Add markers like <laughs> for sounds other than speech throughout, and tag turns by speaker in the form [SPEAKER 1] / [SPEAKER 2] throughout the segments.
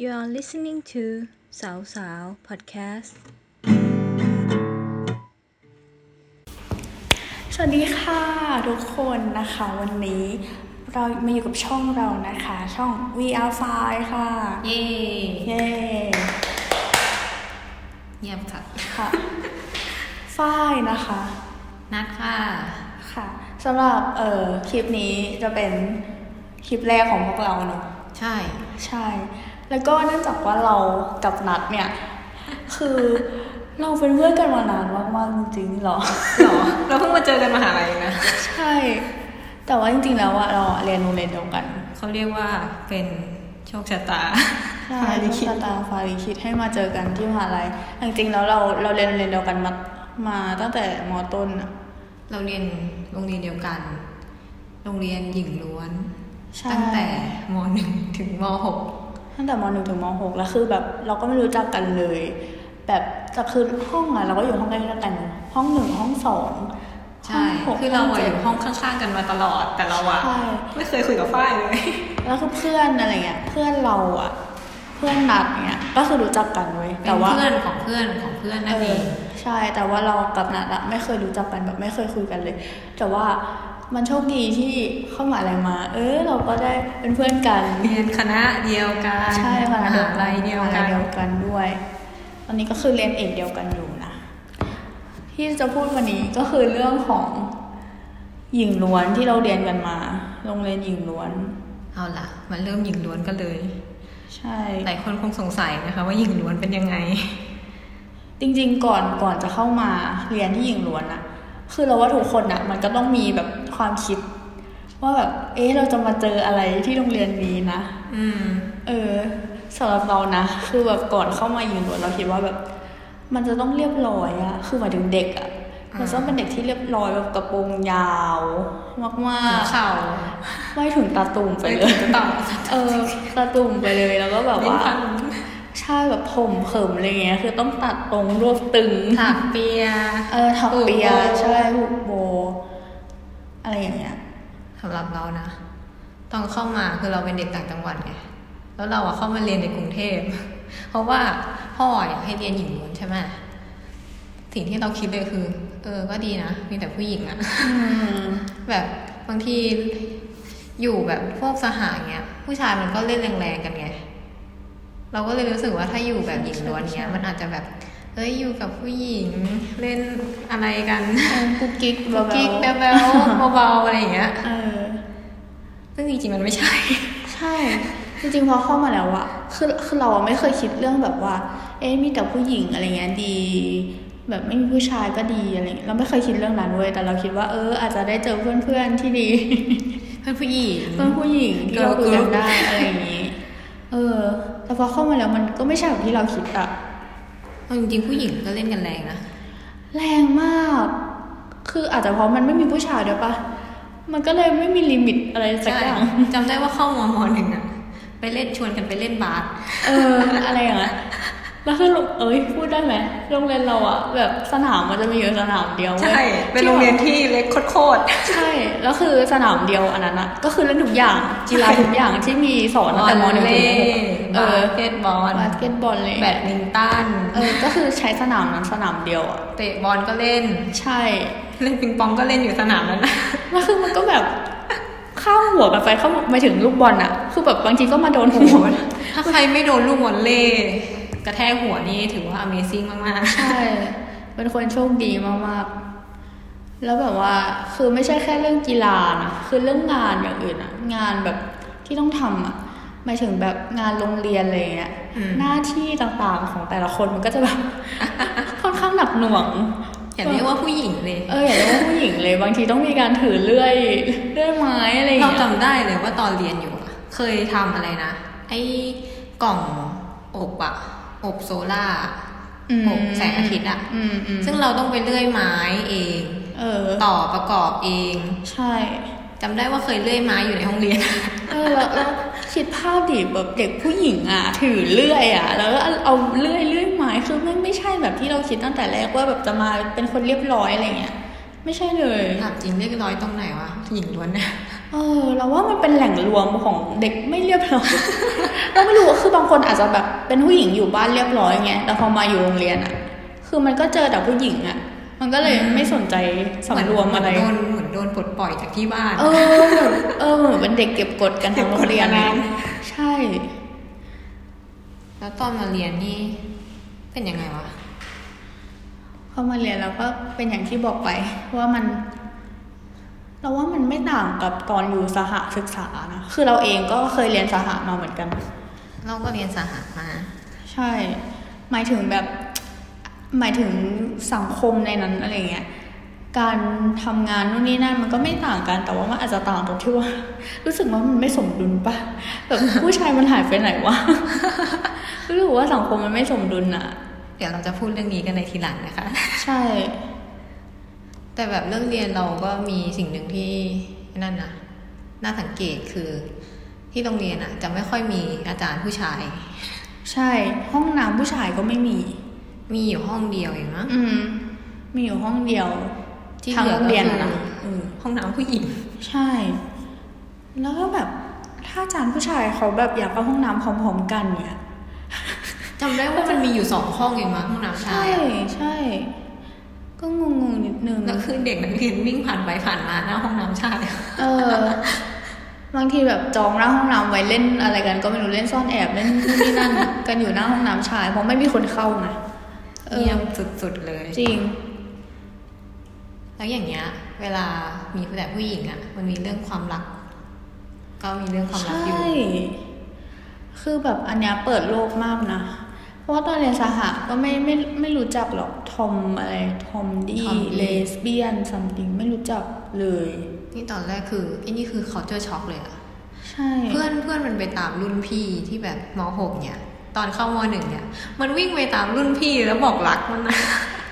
[SPEAKER 1] You are listening to สาวสาว podcast
[SPEAKER 2] สวัสดีค่ะทุกคนนะคะวันนี้เรามาอยู่กับช่องเรานะคะ ช่อง VR f i ค่ะ
[SPEAKER 3] เย่
[SPEAKER 2] เย้
[SPEAKER 3] เงียบค่ะ
[SPEAKER 2] ค่ะฝ้ายนะคะ
[SPEAKER 3] นัดค่ะ
[SPEAKER 2] ค่ะสำหรับเอ่อคลิปนี้จะเป็นคลิปแรกของพวกเราเนอะ
[SPEAKER 3] ใช่
[SPEAKER 2] ใช่ แล้วก็เนื่องจากว่าเรากับนัดเนี่ย คือเราเป็นเพื่อนกันมานานมากๆจริงๆหรอ
[SPEAKER 3] หรอ เราเพิ่งมาเจอกันมหาลัยนะ
[SPEAKER 2] ใช่ แต่ว่าจริงๆแล้วอะเราอะเรียนโรงเรียนเดียวกัน
[SPEAKER 3] เขาเรียกว่าเป็นโชคชะตา
[SPEAKER 2] ใช่
[SPEAKER 3] ฟ้าลิ
[SPEAKER 2] ต้อง
[SPEAKER 3] ขิต
[SPEAKER 2] ตาตาฟาลิคิดให้มาเจอกันที่มหาลัยแต่จริงๆแล้วเราเราเรียนโรงเรียนเดียวกันมามาตั้งแต่มต้นอะ
[SPEAKER 3] เราเรียนโรงเรียนเดียวกัน โรงเรียนหญิงล้วน
[SPEAKER 2] ใช่
[SPEAKER 3] ตั้งแต่มหนึ่งถึงมหก
[SPEAKER 2] ตั้งแต่มหนึ่งถึงมหกแล้วคือแบบเราก็ไม่รู้จักกันเลย แบบแต่คือห้องอะเราก็อยู่ห้องใกล้ๆกัน ห้องหนึ่งห้องสอง
[SPEAKER 3] ใช่
[SPEAKER 2] ห้งหก
[SPEAKER 3] คือเราอะ
[SPEAKER 2] จ็
[SPEAKER 3] อ
[SPEAKER 2] ด
[SPEAKER 3] ยู่ห้องข้างๆกันมาตลอด แต่เราอะ
[SPEAKER 2] ใช่
[SPEAKER 3] ไม่เคยคุยกับฝ้ายเลย
[SPEAKER 2] แล้วคือเพื่อนอะไรเงี้ยเพื่อนเราอะเพื่อนนัดเนี่ยก็คือรู้จักกันเว้ย
[SPEAKER 3] เป็
[SPEAKER 2] แต่
[SPEAKER 3] น
[SPEAKER 2] ว่า
[SPEAKER 3] เพื่อนของเพื่อนของเพื่อนนั่นเอง
[SPEAKER 2] เออใช่แต่ว่าเรากับนัดอะไม่เคยรู้จักกันแบบไม่เคยคุยกันเลย แต่ว่ามันโชคดีที่เข้ามาอะไรมา เออเราก็ได้เป็นเพื่อนกัน
[SPEAKER 3] เรียนคณะเดียวกัน
[SPEAKER 2] ใช่ค่ะ
[SPEAKER 3] มหาลัยเดียวกัน
[SPEAKER 2] มหาลัเดียวกันด้วย ตอนนี้ก็คือเรียนเอกเดียวกันอยู่นะที่จะพูดวันนี้ก็คือเรื่องของหญิงล้วนที่เราเรียนกันมาโรงเรียนหญิงล้วน
[SPEAKER 3] เอาล่ะ มันเริ่มหญิงล้วนกันเลย
[SPEAKER 2] ใช่
[SPEAKER 3] หลายคนคงสงสัยนะคะว่าหญิงล้วนเป็นยังไง
[SPEAKER 2] จริงๆ ก่อนก่อนจะเข้ามาเรียนที่หญิงล้วนอะคือเราว่าทุกคนอะมันก็ต้องมีแบบความคิด ว่าแบบ เอ๊ะเราจะมาเจออะไรที่โรงเรียนนี้นะ
[SPEAKER 3] อืม
[SPEAKER 2] เออสำหรับเรานะ คือแบบก่อนเข้ามาหญิงล้วนเราคิดว่าแบบ มันจะต้องเรียบร้อยอะคือหมายถึงเด็กอะ
[SPEAKER 3] อ่ามั
[SPEAKER 2] มันต้องเป็นเด็กที่เรียบร้อยแบบกระโปรงยาวมาก
[SPEAKER 3] เข่า
[SPEAKER 2] ๆไม่ถึงตาตุ่มไปเลย
[SPEAKER 3] จะต่อ
[SPEAKER 2] เออตาตุ่มไปเลยแล้วก็แบบ
[SPEAKER 3] ลิ้น
[SPEAKER 2] ว่า
[SPEAKER 3] พัน
[SPEAKER 2] ใช่แบบผมเขิมอะไรเงี้ย คือต้องตัดตรงรวบตึง
[SPEAKER 3] ถักเปีย
[SPEAKER 2] เออถักเปีย
[SPEAKER 3] ผูกโบ
[SPEAKER 2] ใช่ผูกโบ อะไรอย่างเงี้ย
[SPEAKER 3] สำหรับเรานะ ตอนเข้ามาคือเราเป็นเด็กต่างจังหวัดไง แล้วเราอะเข้ามาเรียนในกรุงเทพ เพราะว่าพ่ออยากให้เรียนหญิงล้วนใช่ไหมสิ่งที่เราคิดเลยคือ เออ ก็ดีนะ มีแต่ผู้หญิงอะ
[SPEAKER 2] อืม
[SPEAKER 3] แบบบางทีอยู่แบบพวกสหายเงี้ย ผู้ชายมันก็เล่นแรงๆกันไง เราก็เลยรู้สึกว่าถ้าอยู่แบบหญิงล้วนเงี้ย มันอาจจะแบบเอ้ยอยู่กับผู้หญิงเล่นอะไรกัน
[SPEAKER 2] กุ๊กกิ๊ก
[SPEAKER 3] กุ๊กกิ๊ก
[SPEAKER 2] เบา
[SPEAKER 3] แบ๊วๆเบาๆอะไรอย่างเงี้ย
[SPEAKER 2] ๆเออ
[SPEAKER 3] ซึ่งจริงๆมันไม่ใช่
[SPEAKER 2] ใช่ จริงๆพอเข้ามาแล้วอะคือคือเราอะไม่เคยคิดเรื่องแบบว่า เอ๊ะมีแต่ผู้หญิงอะไรเงี้ยดี แบบไม่มีผู้ชายก็ดีอะไรเงี้ยเราไม่เคยคิดเรื่องนั้นเว้ยแต่เราคิดว่าเออ อาจจะได้เจอเพื่อนๆที่ <laughs> ดี
[SPEAKER 3] เพื่อนผู้หญิง
[SPEAKER 2] เพื่อนผู้หญิงที่เราคุยกันได้
[SPEAKER 3] Girl group
[SPEAKER 2] อะไรอย่างงี้ เออ แต่พอเข้ามาแล้วมันก็ไม่ใช่แบบที่เราคิดอะ
[SPEAKER 3] เอาจริงๆผู้หญิงก็เล่นกันแรงนะ
[SPEAKER 2] แรงมาก คืออาจจะเพราะมันไม่มีผู้ชายด้วยปะ มันก็เลยไม่มีลิมิตอะไรสัก
[SPEAKER 3] ใช่
[SPEAKER 2] อย่าง
[SPEAKER 3] จำได้ว่าเข้ามมหนึ่งอะไปเล่นชวนกันไปเล่นบาส
[SPEAKER 2] เออ อะไรอย่างเงี้ยแล้วคือเราเอ้ย พูดได้ไหม โรงเรียนเราอะแบบสนามมันจะมีอยู่สนามเดียวว้ย
[SPEAKER 3] ใช่ เป็นโรงเรียน
[SPEAKER 2] ที่
[SPEAKER 3] ที่เล็กโคตร
[SPEAKER 2] แบบใช่ แล้วคือสนามเดียวอันนั้นอะก็คือเล่นทุกอย่าง กีฬาทุกอย่างที่มีสอนตั้งแต่มหนึ่งถึงมหก
[SPEAKER 3] เอ
[SPEAKER 2] เอ
[SPEAKER 3] อ
[SPEAKER 2] อ
[SPEAKER 3] เกตบอล
[SPEAKER 2] บาสเกตบอลเลย
[SPEAKER 3] แบดมินตัน
[SPEAKER 2] เออ ก็คือใช้สนามนั้นสนามเดียวอะ
[SPEAKER 3] เตะบอลก็เล่น
[SPEAKER 2] ใช่
[SPEAKER 3] เล่นปิงปองก็เล่นอยู่สนามนั้น
[SPEAKER 2] <laughs>
[SPEAKER 3] นะ
[SPEAKER 2] แล้วคือมันก็แบบเข้าหัวกันไปเข้าไปถึงลูกบอลอะคือแบบบางทีก็มาโดนหัวมัน
[SPEAKER 3] ถ้าใครไม่โดนลูกวอลเล่กระแทกหัวนี่ถือว่า Amazing มาก
[SPEAKER 2] ใช่ เป็นคนโชคดีมากๆ แล้วแบบว่าคือไม่ใช่แค่เรื่องกีฬานะคือเรื่องงานอย่างอื่นอะงานแบบที่ต้องทำอะหมายถึงแบบงานโรงเรียนอะไรอย่างเงี้ยหน้าที่ต่างๆของแต่ละคนมันก็จะแบบ <laughs> ค่อนข้างหนักหน่วง
[SPEAKER 3] ๆ อย่าเรียกว่าผู้หญิงเลย
[SPEAKER 2] เอออย่าเรียกว่าผู้หญิงเลยบางทีต้องมีการถือเลื่อยเลื่อยไม้อะไรอย่าง
[SPEAKER 3] เรา
[SPEAKER 2] เงี้ย
[SPEAKER 3] จำได้เลยว่าตอนเรียนอยู่อะเคยทำอะไรนะ ไอ้กล่องอบอะอบโซล่า
[SPEAKER 2] อืม
[SPEAKER 3] อบแสงอาทิตย์อะ
[SPEAKER 2] อืมอืม
[SPEAKER 3] ซึ่งเราต้องไปเลื่อยไม้เอง
[SPEAKER 2] เออ
[SPEAKER 3] ต่อประกอบเอง
[SPEAKER 2] ใช่
[SPEAKER 3] จำได้ว่าเคยเลื่อยไม้อยู่ในห้องเรียน
[SPEAKER 2] เออแล้วแล้วคิดภาพดิแบบเด็กผู้หญิงอ่ะ ถือเลื่อยอ่ะ แล้วก็เอาเลื่อยเลื่อยไม้คือไม่ไม่ใช่แบบที่เราคิดตั้งแต่แรกว่าแบบจะมาเป็นคนเรียบร้อยอะไรเงี้ย ไม่ใช่เลย
[SPEAKER 3] ถามจริงเรียกร้อยตรงไหนวะหญิงล้วนเนี่ย
[SPEAKER 2] เออเราว่ามันเป็นแหล่งรวมของเด็กไม่เรียบร้อย เราไม่รู้ว่าคือบางคนอาจจะแบบเป็นผู้หญิงอยู่บ้านเรียบร้อยไงแต่พอมาอยู่โรงเรียนอะคือมันก็เจอแต่ผู้หญิงอะมันก็เลยไม่สนใจสำรวมอะไร
[SPEAKER 3] เหมือนโดนเหมือนโดนปลดปล่อยจากที่บ้าน
[SPEAKER 2] เออเหมือนเออเหมือนเป็นเด็กเก็บกดกันทั้งโรงเรียน
[SPEAKER 3] เก็บกดมานาน
[SPEAKER 2] ใช่
[SPEAKER 3] แล้วตอนมาเรียนนี่เป็นยังไงวะ
[SPEAKER 2] พอมาเรียนเราก็เป็นอย่างที่บอกไปว่ามัน เราว่ามันไม่ต่างกับตอนอยู่สหศึกษานะคือเราเองก็เคยเรียนสหมาเหมือนกัน
[SPEAKER 3] เราก็เรียนสหะมา
[SPEAKER 2] ใช่ หมายถึงแบบ หมายถึงสังคมในนั้นอะไรเงี้ย การทำงานนู่นนี่นั่นมันก็ไม่ต่างกัน แต่ว่ามันอาจจะต่างตรงที่ว่า <laughs> รู้สึกว่ามันไม่สมดุลปะแบบผู้ชายมันหายไปไหนวะ <laughs> รู้สึกว่าสังคมมันไม่สมดุลอะ
[SPEAKER 3] เดี๋ยวเราจะพูดเรื่องนี้กันในทีหลังนะคะ
[SPEAKER 2] ใช่
[SPEAKER 3] แต่แบบเรื่องเรียนเราก็มีสิ่งหนึ่งที่นั่นนะน่าสังเกตคือที่โรงเรียนอ่ะ จะไม่ค่อยมีอาจารย์ผู้ชาย
[SPEAKER 2] ใช่ ห้องน้ำผู้ชายก็ไม่มี
[SPEAKER 3] มีอยู่ห้องเดียวเองมั้ง
[SPEAKER 2] อืม มีอยู่ห้องเดียว
[SPEAKER 3] ที่
[SPEAKER 2] ทั้ง
[SPEAKER 3] หลื
[SPEAKER 2] โร
[SPEAKER 3] อง ก็
[SPEAKER 2] เรียน
[SPEAKER 3] คือ
[SPEAKER 2] นะเออ
[SPEAKER 3] ห้องน้ำผู้หญิง
[SPEAKER 2] ใช่ แล้วก็แบบถ้าอาจารย์ผู้ชายเขาแบบอยากเข้าห้องน้ำพร้อมๆกันเนี่ย
[SPEAKER 3] จำได้ว่ามันมีอยู่สองห้องเองมั้งห้องน้ำชา
[SPEAKER 2] ใช่
[SPEAKER 3] ยอะ
[SPEAKER 2] ใช่ ก็งงๆนิดนึง
[SPEAKER 3] แล้วคือเด็กนักเรียนวิ่งผ่านไปผ่านมาหน้าห้องน้ำชาย
[SPEAKER 2] เออบางทีแบบจองหน้าห้องน้ำไว้เล่นอะไรกัน ก็ไม่รู้เล่นซ่อนแอบเล่นนู่นนี่นั่น กันอยู่หน้าห้องน้ำชาย เพราะไม่มีคนเข้าไงเออ
[SPEAKER 3] เยี่ยมสุดๆเลย
[SPEAKER 2] จริง
[SPEAKER 3] แล้วอย่างเงี้ย เวลามีแต่ผู้หญิงอ่ะ มันมีเรื่องความรัก ก็มีเรื่องความรัก
[SPEAKER 2] ใช่
[SPEAKER 3] อยู่
[SPEAKER 2] คือแบบอันเนี้ยเปิดโลกมากนะ เพราะว่าตอนเรียนสหะก็ไม่ไม่ไม่รู้จักหรอกทอมอะไรทอมดี้
[SPEAKER 3] Tom D
[SPEAKER 2] เลสเบียนซัมติงไม่รู้จักเลย
[SPEAKER 3] นี่ตอนแรกคือไอ้นี่คือ culture shock เลยอะ
[SPEAKER 2] ใช่
[SPEAKER 3] เพื่อนเพื่อนมันไปตามรุ่นพี่ที่แบบมหกเนี่ย ตอนเข้ามหนึ่งเนี่ย มันวิ่งไปตามรุ่นพี่แล้วบอกรักมันนะ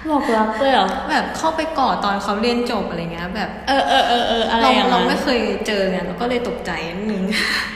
[SPEAKER 3] <laughs>
[SPEAKER 2] บอกรักเลยเหรอ
[SPEAKER 3] แบบเข้าไปกอดตอนเขาเรียนจบอะไรเงี้ย แบบ
[SPEAKER 2] เออเออเออเอออะไร
[SPEAKER 3] เรา
[SPEAKER 2] อย่าง
[SPEAKER 3] เรา
[SPEAKER 2] นั้น
[SPEAKER 3] ไม่เคยเจอไงเราก็เลยตกใจนิดนึง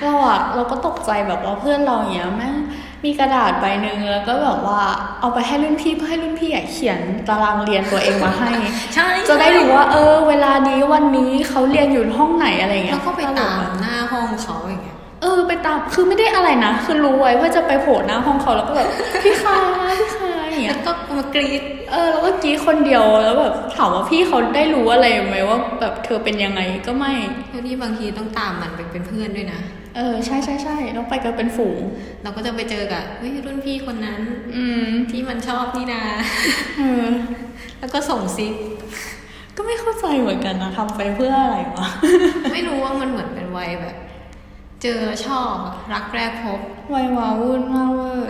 [SPEAKER 2] เราอะเราก็ตกใจแบบว่าเพื่อนเราอย่างเงี้ยแม่งมีกระดาษใบหนึ่งแล้วก็แบบว่าเอาไปให้รุ่นพี่เพื่อให้รุ่นพี่อะเขียนตารางเรียนตัวเองมาให้
[SPEAKER 3] ใช่
[SPEAKER 2] จะได้รู้ว่า เออ เวลานี้วันนี้เขาเรียนอยู่ห้องไหนอะไรอย่างเงี้ย
[SPEAKER 3] แล้วก็ไปตาม
[SPEAKER 2] เรแบบ
[SPEAKER 3] หน้าห้องเขาอย่างเงี้ย
[SPEAKER 2] เออไปตามคือไม่ได้อะไรนะคือรู้ไว้ว่าจะไปโผล่หน้าห้องเขาแล้วก็แบบ <laughs> พี่คะพี่คะอย่างเงี้
[SPEAKER 3] แล้
[SPEAKER 2] ยว
[SPEAKER 3] ก็มากรีด
[SPEAKER 2] เออแล้วก็กรี้คนเดียวแล้วแบบถามว่าพี่เขาได้รู้อะไรไหมว่าแบบเธอเป็นยังไงก็ไม่
[SPEAKER 3] แล้วนี่บางทีต้องตามมันไปเป็นเพื่อนด้วยนะ
[SPEAKER 2] เออใช่ใช่ใช่ต้องไปกันเป็นฝูง
[SPEAKER 3] เราก็จะไปเจอกับเฮ้ยรุ่นพี่คนนั้น
[SPEAKER 2] อืม
[SPEAKER 3] ที่มันชอบนี่นา
[SPEAKER 2] เออ
[SPEAKER 3] <laughs> แล้วก็ส่งซิก
[SPEAKER 2] ก็ไม่เข้าใจเหมือนกันนะทำไปเพื่ออะไรวะ
[SPEAKER 3] ไม่รู้ว่ามันเหมือนเป็นวัยแบบ เจอชอบอะรักแรกพบ <laughs>
[SPEAKER 2] ไวยวาวุ่นมากเวอร์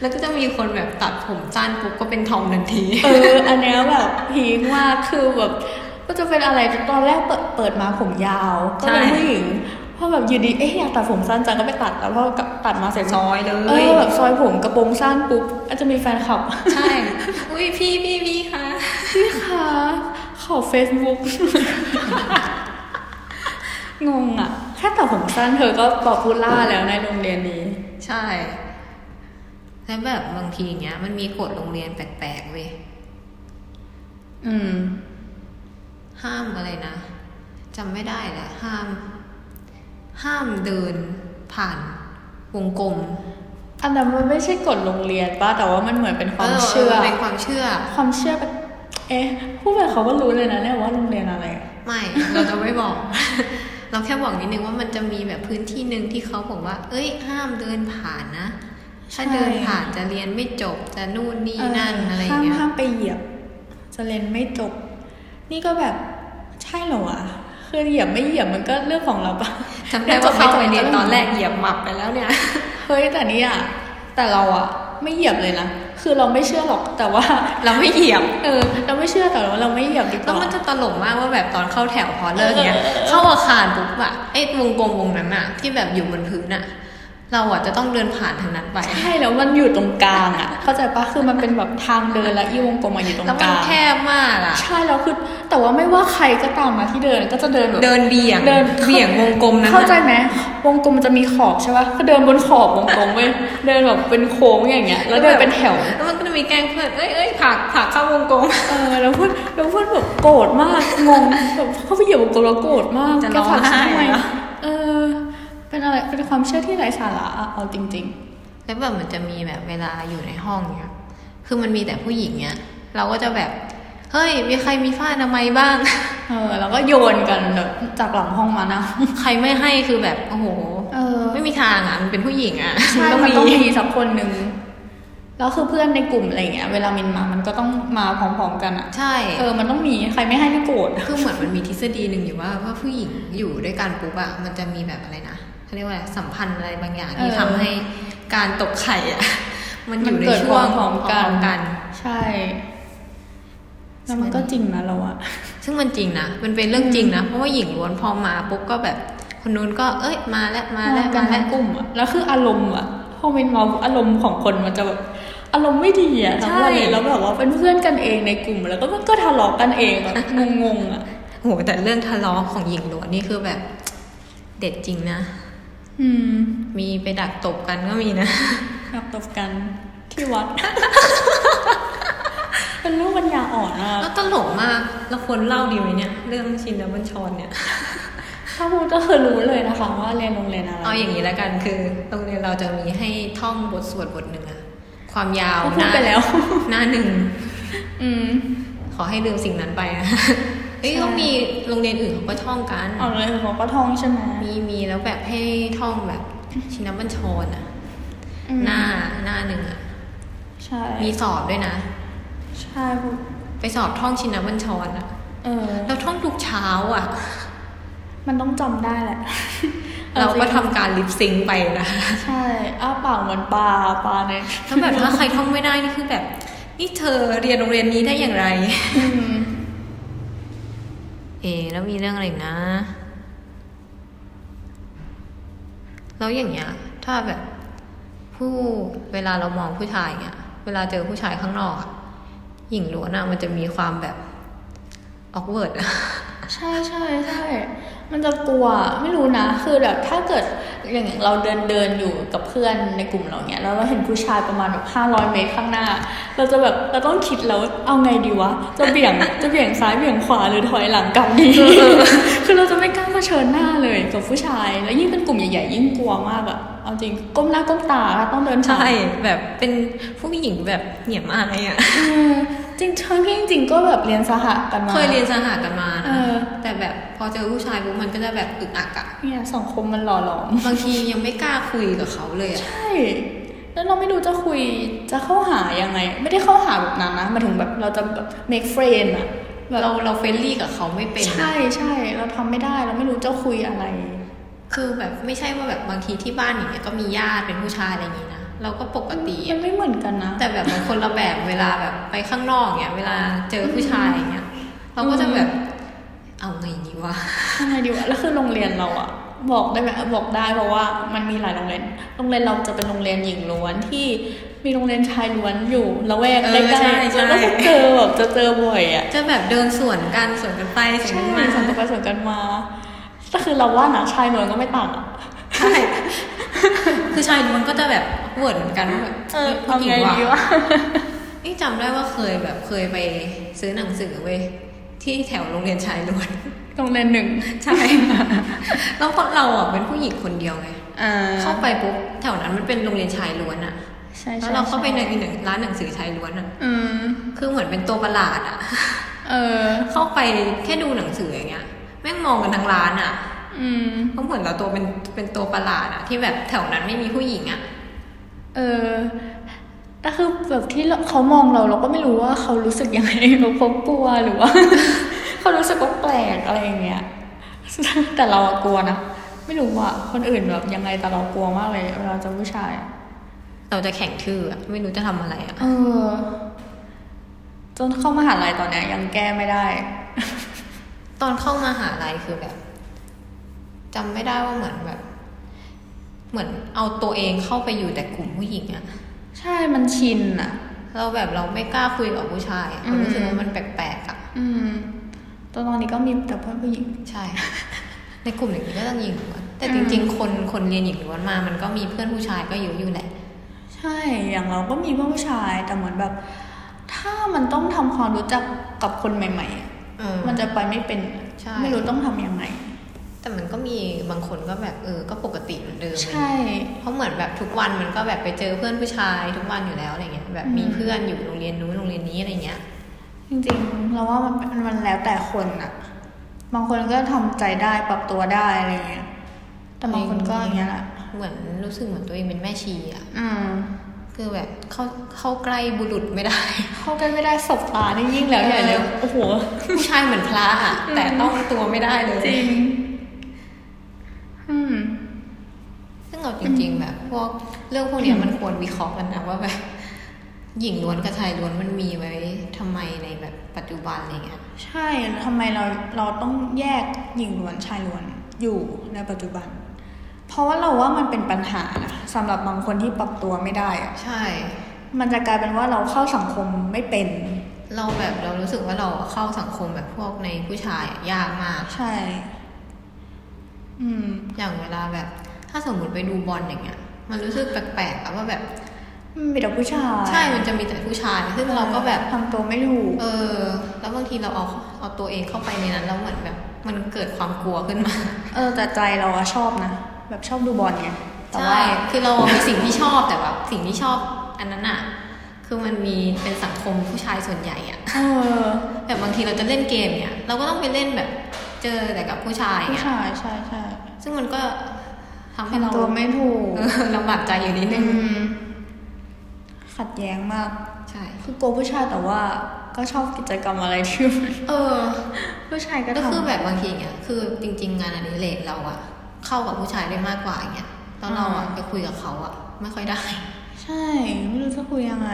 [SPEAKER 3] แล้วก็จะมีคนแบบตัดผมสั้นปุ๊บก็เป็นทอมทันที <laughs>
[SPEAKER 2] เออ อันเนี้ยแบบพีคมากคือแบบ ก็จะเป็นอะไรตอนแรกเปิดเปิดมาผมยาว ก็เป็น
[SPEAKER 3] ใช่
[SPEAKER 2] ผู้หญิงพอแบบอยู่ดีเอ๊ะอยากตัดผมสั้นจังก็ไปตัดแล้วพอตัดมาเสร็จ
[SPEAKER 3] ซอยเล
[SPEAKER 2] เอย อแบบซอยผมกระโปรงสั้นปุ๊บอาจจะมีแฟนคลับ
[SPEAKER 3] ใช่ อุ้ยพี่พี่พี่คะ <laughs>
[SPEAKER 2] พี่คะขอเฟซบุ๊ก <laughs> งงอ่ะ แค่ตัดผมสั้นเธอก็ปอปูล่าแล้วในโรงเรียนนี้
[SPEAKER 3] ใช่ แล้วแบบบางทีอย่างเงี้ย มันมีกฎโรงเรียนแปลกๆเว้ย
[SPEAKER 2] อืม
[SPEAKER 3] ห้ามอะไรนะจำไม่ได้แหละห้าม ห้ามเดินผ่านวงกลม
[SPEAKER 2] อันนั้นมันไม่ใช่กฎโรงเรียนป่ะแต่ว่ามันเหมือนเป็นความเชื่อ
[SPEAKER 3] เป็นความเชื่อ
[SPEAKER 2] ความเชื่อแบบเอ๊ะผู้ไปเขาก็รู้เลยนะเนี่ยว่าโรงเรียนอะไรอะ
[SPEAKER 3] ไม่ เราจะไม่บอก <laughs> เราแค่บอกนิดนึงว่ามันจะมีแบบพื้นที่หนึ่งที่เขาบอกว่า เอ้ย ห้ามเดินผ่านนะ ถ้าเดินผ่านจะเรียนไม่จบจะนู่นนี่นั่นอะไรอย่างเงี้ย
[SPEAKER 2] ห้ามห้ามไปเหยียบ จะเรียนไม่จบ นี่ก็แบบใช่เหรอวะคือเหยียบไม่เหยียบมันก็เรื่องของเราปะ
[SPEAKER 3] จำได้ว่าเขาไปเรียนตอนแรกเหยียบหมับไปแล้วเนี่ย
[SPEAKER 2] เฮ้ยแต่นี่อะแต่เราอะไม่เหยียบเลยนะคือเราไม่เชื่อหรอกแต่ว่า
[SPEAKER 3] เราไม่เหยียบ
[SPEAKER 2] เออ เราไม่เชื่อแต่ว่าเราไม่เหยียบดีก
[SPEAKER 3] แล้ว
[SPEAKER 2] ว่า
[SPEAKER 3] มันจะตลกมากว่าแบบตอนเข้าแถวพอเลิกเนี่ย
[SPEAKER 2] เออเออเออ
[SPEAKER 3] เข้าอาคารปุ๊บอะไอ้วงกลมวงนั้นอะที่แบบอยู่บนพื้นอะ เราอ่ะจะต้องเดินผ่านทางนั้นไป
[SPEAKER 2] ใช่แล้วมันอยู่ตรงกลางอ่ะ เข้าใจปะคือมันเป็นแบบทางเดินและอีวงกลมมาอยู่ตรง
[SPEAKER 3] แล้ว
[SPEAKER 2] ก
[SPEAKER 3] มัน
[SPEAKER 2] ลาง
[SPEAKER 3] แคบมากอ่ะ
[SPEAKER 2] ใช่แล้วคือแต่ว่าไม่ว่าใครก็ตามมาที่เดินก็จะเดินแบบ
[SPEAKER 3] เดินเบี่ยง
[SPEAKER 2] เดิน
[SPEAKER 3] เบี่ยงวงกลมนั้น
[SPEAKER 2] เข้าใจ
[SPEAKER 3] น่ะ
[SPEAKER 2] ไหมวงกลมมันจะมีขอบใช่ปะก็เดินบนขอบวงกลมเว้ยเดินแบบเป็นโค้งอย่างเงี้ย แล้วเดินเป็นแถว
[SPEAKER 3] แล้วมันก็จะมีแกล้งเพื่อนเอ้ยเอ้ยผลักผลักเข้าวงกลม
[SPEAKER 2] เออแล้วเพื่อนแล้วเพื่อนแบบโกรธมากงงแบบเขาไปเหยียบวงกลมแล้วโกรธมาก
[SPEAKER 3] จะ
[SPEAKER 2] แก
[SPEAKER 3] ร้อง
[SPEAKER 2] ผลักฉันทำไม
[SPEAKER 3] ไห้เหรอ
[SPEAKER 2] เออ เป็นอะไรเป็นความเชื่อที่ไร้สาระอะเอาจริง ๆ
[SPEAKER 3] แล้วแบบมันจะมีแบบเวลาอยู่ในห้องเนี้ย คือมันมีแต่ผู้หญิงเนี้ย เราก็จะแบบ เฮ้ย มีใครมีผ้าอนามัยบ้าง <laughs>
[SPEAKER 2] เออแล้วก็โยนกันแบบจากหลังห้องมานะ
[SPEAKER 3] ใครไม่ให้คือแบบ โอ้โห
[SPEAKER 2] เออ
[SPEAKER 3] ไม่มีทางอ่ะ มันเป็นผู้หญิงอ่ะ
[SPEAKER 2] ใช่
[SPEAKER 3] มัน
[SPEAKER 2] มัน
[SPEAKER 3] ต้
[SPEAKER 2] ต้
[SPEAKER 3] อ
[SPEAKER 2] องง
[SPEAKER 3] มี
[SPEAKER 2] มีสักคนหนึ่งแล้วคือเพื่อนในกลุ่มอะไรอย่างเงี้ย เวลามินมามันก็ต้องมาพร้อมๆกันอ่ะ
[SPEAKER 3] ใช่
[SPEAKER 2] เออมันต้องมีใครไม่ให้ก็โกรธ
[SPEAKER 3] คือเหมือนมันมีทฤษฎีหนึ่งอยู่ว่าว่าผู้หญิงอยู่ด้วยกันปุ๊บอะมันจะมีแบบอะไรนะเขาเรียกว่าอะไรสัมพันธ์อะไรบางอย่างที่ทำให้การตกไข่อะ <laughs> มันอยู่ใน
[SPEAKER 2] เกิด
[SPEAKER 3] ช่วง
[SPEAKER 2] พร้อมๆกัน
[SPEAKER 3] พร้อมๆกัน
[SPEAKER 2] ใช่แล้วมันก็จริงนะเราอะ
[SPEAKER 3] ซึ่งมันจริงนะ มันเป็นเรื่องจริงนะ เพราะว่าหญิงล้วนพอมาปุ๊บก็แบบ คนนู้นก็เอ้ยมาแล้วมาแล้ว
[SPEAKER 2] กั
[SPEAKER 3] มานแล้
[SPEAKER 2] ทั้
[SPEAKER 3] ว
[SPEAKER 2] งกลุ่มอะแล้วคืออารมณ์อะพอมินมาอารมณ์ของคนมันจะแบบอารมณ์ไม่ดีอะทั้งวันเลยแล้วแบบว่าเป็นเพื่อนกันเองในกลุ่มแล้วก็ก็ทะเลาะกันเองแบบงงๆอะ
[SPEAKER 3] โหแต่เรื่องทะเลาะของหญิงล้วนนี่คือแบบเด็ดจริงนะ
[SPEAKER 2] อืม
[SPEAKER 3] มีไปดักตบกันก็มี <laughs> นะ
[SPEAKER 2] ครับตบกันที่วัด <laughs> เป็นลูกปัญญาอ่อนมาก
[SPEAKER 3] แล้วตลกมาก เราควรเล่าดีไหมเนี่ย เรื่องชินดับเบิลชอน <laughs> เนี่ย
[SPEAKER 2] ถ้าพูดก็คือรู้เลยนะคะ ว่าเรียนโรงเรียนอะไร
[SPEAKER 3] เอาอย่างนี้แล้วกันคือโรงเรียนเราจะมีให้ท่องบทสวดบทหนึ่งอะความยาว
[SPEAKER 2] ก็พูดไป
[SPEAKER 3] หน้า
[SPEAKER 2] แล้ว
[SPEAKER 3] <laughs> หน้าหนึ่ง
[SPEAKER 2] อืม
[SPEAKER 3] ขอให้ลืมสิ่งนั้นไปนะ <laughs> เอ้ย
[SPEAKER 2] ใช่
[SPEAKER 3] เขามีโรงเรียนอื่นเขาก็ท่องกัน
[SPEAKER 2] เอาเลยของก็ท่องใช่ไหม
[SPEAKER 3] มีมีแล้วแบบให้ท่องแบบชินบัญชรอะ
[SPEAKER 2] อืม
[SPEAKER 3] หน้าหน้าหนึ่งอะ
[SPEAKER 2] ใช่
[SPEAKER 3] มีสอบด้วยนะ
[SPEAKER 2] ใช่พูด
[SPEAKER 3] ไปสอบท่องชินบัญชรอะ
[SPEAKER 2] เออ
[SPEAKER 3] เราท่องทุกเช้าอะ
[SPEAKER 2] มันต้องจำได้แหละ
[SPEAKER 3] เราก็
[SPEAKER 2] อ
[SPEAKER 3] ทำการลิปซิงค์ไปนะ
[SPEAKER 2] จริงใช่อ้าปากเหมือนปลาปลาเนี่ย
[SPEAKER 3] แล้วแบบถ้าใครท่องไม่ได้นี่คือแบบนี่เธอเรียนโรงเรียนนี้ได้อย่างไร
[SPEAKER 2] อืม
[SPEAKER 3] เอะแล้วมีเรื่องอะไรอีกนะ แล้วอย่างเงี้ย ถ้าแบบ ผู้เวลาเรามองผู้ชายเงี้ย เวลาเจอผู้ชายข้างนอกอะหญิงล้วนอะมันจะมีความแบบออกเวิร์ด
[SPEAKER 2] ใช่ใช่ใช่มันจะกลัวไม่รู้นะ คือแบบถ้าเกิดอย่างเราเดินเดินอยู่กับเพื่อนในกลุ่มเราเนี้ยแล้วเราเห็นผู้ชายประมาณแบบห้าร้อยเมตรข้างหน้า เราจะแบบเราต้องคิดแล้วเอาไงดีวะ จะเบี่ยง <laughs> จะเบี่ยงซ้ายเบี่ยงขวาหรือถอยหลังกลับดี <laughs> คือเราจะไม่กล้าเผชิญหน้าเลยกับผู้ชาย แล้วยิ่งเป็นกลุ่มใหญ่ๆยิ่งกลัวมากอะเอาจริงก้มหน้าก้มตาต้องเดินผ่าน
[SPEAKER 3] <laughs> ใช่ แบบเป็นผู้หญิงแบบเหนียมอายอะ
[SPEAKER 2] เออจริงทั้งที่จริงๆก็แบบเรียนสหกันมา
[SPEAKER 3] เคยเรียนสหกันมา
[SPEAKER 2] เอ
[SPEAKER 3] นะ
[SPEAKER 2] อ
[SPEAKER 3] แต่แบบพอเจอผู้ชายปุ๊บมันก็จะแบบอึกอักอะ
[SPEAKER 2] เนี่ยสังคมมันหล่อหลอม
[SPEAKER 3] บางทียังไม่กล้าคุยกับเขาเลยอะ
[SPEAKER 2] ใช่ แล้วเราไม่รู้จะคุยจะเข้าหายังไง ไม่ได้เข้าหาแบบนั้นนะหมายถึงแบบเราจะแบบ make friend อะแบบ
[SPEAKER 3] เราเราเฟรนลี่กับเขาไม่เป็นนะ
[SPEAKER 2] ใช่ใช่เราทำไม่ได้เราไม่รู้จะคุยอะไร
[SPEAKER 3] คือแบบไม่ใช่ว่าแบบบางทีที่บ้านอย่างเงี้ยก็มีญาติเป็นผู้ชายอะไรอย่างงี้นะเราก็ปกติ
[SPEAKER 2] มั
[SPEAKER 3] อะ
[SPEAKER 2] นไม่เหมือนกันนะ
[SPEAKER 3] แต่แบบมันคนละแบบเวลาแบบไปข้างนอกเงี้ย เวลาเจอผู้ชายอย่างเงี้ย เราก็จะแบบ เอาไงดีวะ
[SPEAKER 2] ทำไมดีวะแล้วคือโรงเรียนเราอะบอกได้ไหมบอกได้เพราะว่ามันมีหลายโรงเรียน โรงเรียนเราจะเป็นโรงเรียนหญิงล้วนที่มีโรงเรียนชายล้วนอยู่ละแวกใกล้ๆแล้วก็จะเจอแบบจะเจอบ่อยอะ
[SPEAKER 3] จะแบบเดินสวนกันสวนกันไปสวน
[SPEAKER 2] ใช่
[SPEAKER 3] กันมา
[SPEAKER 2] สวนกันไปสวนกันมาแต่คือเราว่านะชายล้วนก็ไม่ต่างอะ
[SPEAKER 3] ใช่คือชายมันก็จะแบบเวิร์ดเหมือนกันว่าแบบ
[SPEAKER 2] เออ
[SPEAKER 3] ผู้หญิง
[SPEAKER 2] เอาไงดีวะ
[SPEAKER 3] ว่ะนี่จำได้ว่าเคยแบบเคยไปซื้อหนังสือเว้ยที่แถวโรงเรียนชายล้วน
[SPEAKER 2] โรงเรียนหนึ่ง
[SPEAKER 3] ใช่แล้วก็เราอ่ะเป็นผู้หญิงคนเดียวไง
[SPEAKER 2] อ่า
[SPEAKER 3] เข้าไปปุ๊บแถวนั้นมันเป็นโรงเรียนชายล้วนอะ
[SPEAKER 2] ใช่
[SPEAKER 3] แล้ว
[SPEAKER 2] ใช่
[SPEAKER 3] เราเข้าไปในหนึ่งร้านหนังสือชายล้วนอะ
[SPEAKER 2] อืม
[SPEAKER 3] คือเหมือนเป็นตัวประหลาดอะ
[SPEAKER 2] เออ
[SPEAKER 3] เข้าไปแค่ดูหนังสืออย่างเงี้ย แม่งมองกันทั้งร้านอะ
[SPEAKER 2] อืม
[SPEAKER 3] เพราะเหมือนเราตัวเป็นเป็นตัวประหลาดอะที่แบบแถวนั้นไม่มีผู้หญิงอะ
[SPEAKER 2] เออแต่คือแบบที่เราเขามองเราเราก็ไม่รู้ว่าเขารู้สึกยัง <laughs> ไงเราเขากลัวหรือว่า <laughs> เขารู้สึกว่าแปลกอะไรอย่างเงี้ย <laughs> แต่เราอะกลัวนะไม่รู้ว่าคนอื่นแบบยังไงแต่เรากลัวมากเลยเวลาเจอผู้ชายอะ
[SPEAKER 3] เราจะแข่งทื่ออะไม่รู้จะทำอะไรอะ
[SPEAKER 2] เออ จนเข้ามหาลัยตอนเนี้ยยังแก้ไม่ได้
[SPEAKER 3] ตอนเข้ามาหาลัยคือแบบจำไม่ได้ว่าเหมือนแบบ เหมือนเอาตัวเองเข้าไปอยู่แต่กลุ่มผู้หญิงอะ
[SPEAKER 2] ใช่มันชินอะ
[SPEAKER 3] เราแบบเราไม่กล้าคุยกับผู้ชายอะเรารู้สึกว่ามันแปลกๆอะ
[SPEAKER 2] อืมตอนตอนนี้ก็มีแต่เพื่อนผู้หญิง
[SPEAKER 3] ใช่ <laughs> ในกลุ่มอย่างนี้ก็ต้องยิงล้วนแต่
[SPEAKER 2] อืม
[SPEAKER 3] จริง ๆ คนคนเรียนหญิงล้วนมา มันก็มีเพื่อนผู้ชายก็เยอะอยู่แหละ
[SPEAKER 2] ใช่ อย่างเราก็มีเพื่อนผู้ชาย แต่เหมือนแบบ ถ้ามันต้องทำความรู้จักกับคนใหม่ๆอะ
[SPEAKER 3] เออ
[SPEAKER 2] มันจะไปไม่เป็นอะ
[SPEAKER 3] ใช่
[SPEAKER 2] ไม่รู้ต้องทำยังไง
[SPEAKER 3] แต่มันก็มีบางคนก็แบบเออ ก็ปกติเหมือนเดิม
[SPEAKER 2] ใช่
[SPEAKER 3] เพราะเหมือนแบบทุกวันมันก็แบบไปเจอเพื่อนผู้ชายทุกวันอยู่แล้วอะไรเงี้ย แบบมี
[SPEAKER 2] อืม
[SPEAKER 3] เพื่อนอยู่โรงเรียนนู้นโรงเรียนนี้อะไรเงี้ย
[SPEAKER 2] จริงๆ เราว่ามันมันมันแล้วแต่คนอะบางคนก็ทำใจได้ปรับตัวได้อะไรเงี้ย แต่บางคนก็อย่างเงี้ยแหละ
[SPEAKER 3] เหมือนรู้สึกเหมือนตัวเองเป็นแม่ชีอะ
[SPEAKER 2] อืม
[SPEAKER 3] คือแบบเข้าเข้าใกล้บุรุษไม่ได้ <laughs>
[SPEAKER 2] เข้าใกล้ไม่ได้สบตานี่ยิ่งแล้วใหญ่เลย โอ้โห
[SPEAKER 3] ผู้ชายเหมือนพระอะแต่ต้องตัวไม่ได้เลย
[SPEAKER 2] จริง อืม
[SPEAKER 3] ซึ่งเอาจริง ๆ แบบพวกเรื่องพวกเนี้ยมันควรวิเคราะห์กันนะว่าแบบหญิงล้วนกับชายล้วนมันมีไว้ทำไมในแบบปัจจุบันอะไรเงี้ย
[SPEAKER 2] ใช่ ทำไมเราเราต้องแยกหญิงล้วนชายล้วนอยู่ในปัจจุบัน เพราะว่าเราว่ามันเป็นปัญหานะสำหรับบางคนที่ปรับตัวไม่ได้อะ
[SPEAKER 3] ใช่
[SPEAKER 2] มันจะกลายเป็นว่าเราเข้าสังคมไม่เป็น
[SPEAKER 3] เราแบบเรารู้สึกว่าเราเข้าสังคมแบบพวกในผู้ชายอะยากมาก
[SPEAKER 2] ใช่ อืม
[SPEAKER 3] อย่างเวลาแบบ ถ้าสมมติไปดูบอลอย่างเงี้ย มันรู้สึกแปลกๆอะว่าแบบ
[SPEAKER 2] มีแต่ผู้ชาย
[SPEAKER 3] ใช่มันจะมีแต่ผู้ชาย ซึ่งเราก็แบบ
[SPEAKER 2] ทำตัวไม่ถูก
[SPEAKER 3] เออ แล้วบางทีเราเอาเอาตัวเองเข้าไปในนั้นแล้วเหมือนแบบ มันเกิดความกลัวขึ้นมา
[SPEAKER 2] เออ แต่ใจเราอะชอบนะ แบบชอบดูบอลไง แต่
[SPEAKER 3] ใช่
[SPEAKER 2] ว่า
[SPEAKER 3] คือเรามีสิ่งที่ชอบแต่แบบสิ่งที่ชอบอันนั้นอ่ะ คือมันมีเป็นสังคมผู้ชายส่วนใหญ่อ่ะ
[SPEAKER 2] เออ
[SPEAKER 3] แบบบางทีเราจะเล่นเกมเนี่ย เราก็ต้องไปเล่นแบบเจอแต่กับผู้ชาย
[SPEAKER 2] ผู้
[SPEAKER 3] เนี่ย
[SPEAKER 2] ชาย ใช่ใช่
[SPEAKER 3] ซึ่งมันก็ทำให้เรา
[SPEAKER 2] ทำตัวไม่ถูก
[SPEAKER 3] เอ <laughs> อลำบากใจอยู่นิดนึง
[SPEAKER 2] มขัดแย้งมาก
[SPEAKER 3] ใช่
[SPEAKER 2] คือกลัวผู้ชายแต่ว่าก็ชอบกิจกรรมอะไรที่มัน
[SPEAKER 3] เออ
[SPEAKER 2] ผู้ชายก็
[SPEAKER 3] ก็
[SPEAKER 2] ทำ
[SPEAKER 3] คือแบบบางทีเนี่ยคือจริง ๆ งานอดิเรกเราอะเข้ากับผู้ชายได้มากกว่าอย่างเงี้ยแล้วเราอะ
[SPEAKER 2] อืม
[SPEAKER 3] ไปคุยกับเขาอะไม่ค่อยได้
[SPEAKER 2] ใช่ไม่รู้จะคุยยังไง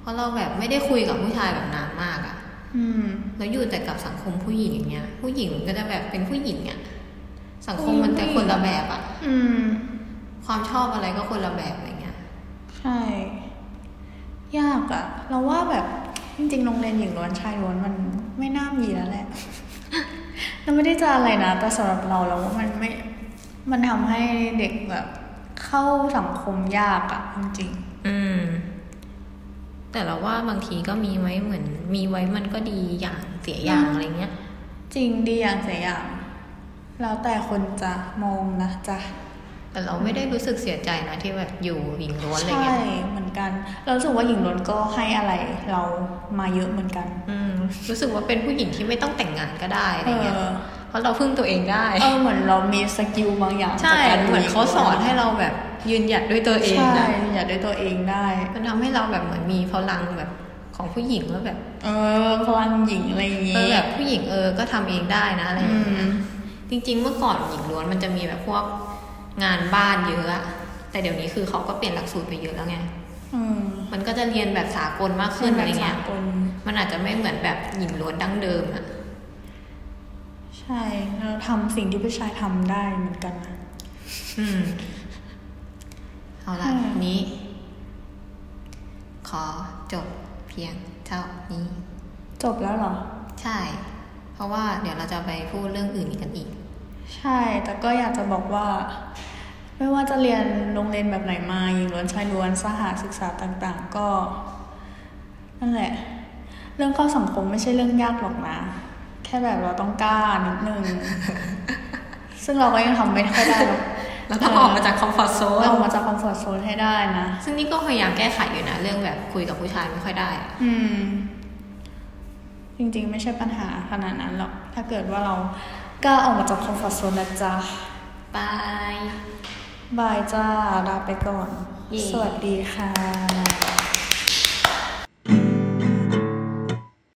[SPEAKER 3] เพราะเราแบบไม่ได้คุยกับผู้ชายแบบนานมากอะ
[SPEAKER 2] อืม
[SPEAKER 3] แล้วอยู่แต่กับสังคมผู้หญิงอย่างเงี้ย ผู้หญิงมันก็จะแบบเป็นผู้หญิงอะสังคมมันจะคนละแบบอะ
[SPEAKER 2] อืม
[SPEAKER 3] ความชอบอะไรก็คนละแบบอะไรเงี้ย
[SPEAKER 2] ใช่ ยากอะเราว่าแบบจริงๆโรงเรียนหญิงล้วนชายล้วนมันไม่น่ามีแล้วแหละ
[SPEAKER 3] <laughs>
[SPEAKER 2] เราไม่ได้จะอะไรนะแต่สำหรับเราเราว่ามันไม่ มันทำให้เด็กแบบ เข้าสังคมยากอะจริง
[SPEAKER 3] อืม แต่เราว่าบางทีก็มีไว้เหมือน มีไว้มันก็ดีอย่างเสียอย่างอะไรเงี้ย
[SPEAKER 2] ๆจริงดีอย่างเสียอย่างแล้วแต่คนจะมองนะจ๊ะ
[SPEAKER 3] แต่เราไม่ได้รู้สึกเสียใจนะที่แบบอยู่หญิงล้วนอะไร
[SPEAKER 2] ใช่
[SPEAKER 3] เงี้ย
[SPEAKER 2] เหมือนกัน เรารู้สึกว่าหญิงล้วนก็ให้อะไรเรามาเยอะเหมือนกัน
[SPEAKER 3] อืม รู้สึกว่าเป็นผู้หญิงที่ไม่ต้องแต่งงานก็ได้อะไรเงี้ย
[SPEAKER 2] เออ
[SPEAKER 3] เพราะเราพึ่งตัวเองได้
[SPEAKER 2] เออเหมือนเรามีสกิลบางอย่าง
[SPEAKER 3] ใช่
[SPEAKER 2] จากการดู
[SPEAKER 3] เหมือนเขาสอนให้เราแบบยืนหยัดด้วยตัวเอง
[SPEAKER 2] ใช่
[SPEAKER 3] นะ
[SPEAKER 2] อย่าด้วยตัวเองได้
[SPEAKER 3] มันทำให้เราแบบเหมือนมีพลังแบบของผู้หญิงว่าแบบ
[SPEAKER 2] เออพลังหญิงอะไรอย่าง
[SPEAKER 3] เอ
[SPEAKER 2] งี้
[SPEAKER 3] อแบบผู้หญิงเออ ก็ทำเองได้นะอะไรอ
[SPEAKER 2] อื
[SPEAKER 3] ย่างเงี้ย
[SPEAKER 2] ม
[SPEAKER 3] จริง ๆ เมื่อก่อนหญิงล้วนมันจะมีแบบพวกงานบ้านเยอะอะแต่เดี๋ยวนี้คือเขาก็เปลี่ยนหลักสูตรไปเยอะแล้วไง
[SPEAKER 2] อืม
[SPEAKER 3] มันก็จะเรียนแบบสากลมากขึ้นอะไรเงี้ย
[SPEAKER 2] สากล
[SPEAKER 3] มันอาจจะไม่เหมือนแบบหญิงล้วนดั้งเดิมอะ
[SPEAKER 2] ใช่เราทำสิ่งที่ผู้ชายทำได้เหมือนกันนะ
[SPEAKER 3] อืม เอาละ
[SPEAKER 2] อืม
[SPEAKER 3] นี้ ขอจบเพียงเท่านี้
[SPEAKER 2] จบแล้วเหรอ
[SPEAKER 3] ใช่ เพราะว่าเดี๋ยวเราจะไปพูดเรื่องอื่นกันอีก
[SPEAKER 2] ใช่ แต่ก็อยากจะบอกว่า ไม่ว่าจะเรียนโรงเรียนแบบไหนมาหญิงล้วนชายล้วนสหศึกษาต่างๆ ก็ นั่นแหละ เรื่องเข้าสังคมไม่ใช่เรื่องยากหรอกนะ แค่แบบเราต้องกล้านิดนึ
[SPEAKER 3] <laughs>
[SPEAKER 2] ง ซึ่งเราก็ยังทำไม่ค่อยได้หรอก
[SPEAKER 3] แล้วก็ออกมาจากคอมฟอร์ทโซ
[SPEAKER 2] เออน ออกมาจากคอมฟอร์ทโซนให้ได้นะ
[SPEAKER 3] ซึ่งนี่ก็พยายามแก้ไขอยู่นะ เรื่องแบบคุยกับผู้ชายไม่ค่อยได้อะ
[SPEAKER 2] อืม จริงๆ ไม่ใช่ปัญหาขนาดนั้นหรอก ถ้าเกิดว่าเรากล้าออกมาจากคอมฟอร์ทโซนนะจ๊ะ
[SPEAKER 3] บาย
[SPEAKER 2] บายจ้าลาไปก่อน
[SPEAKER 3] เย่
[SPEAKER 2] สวัสดีค่ะ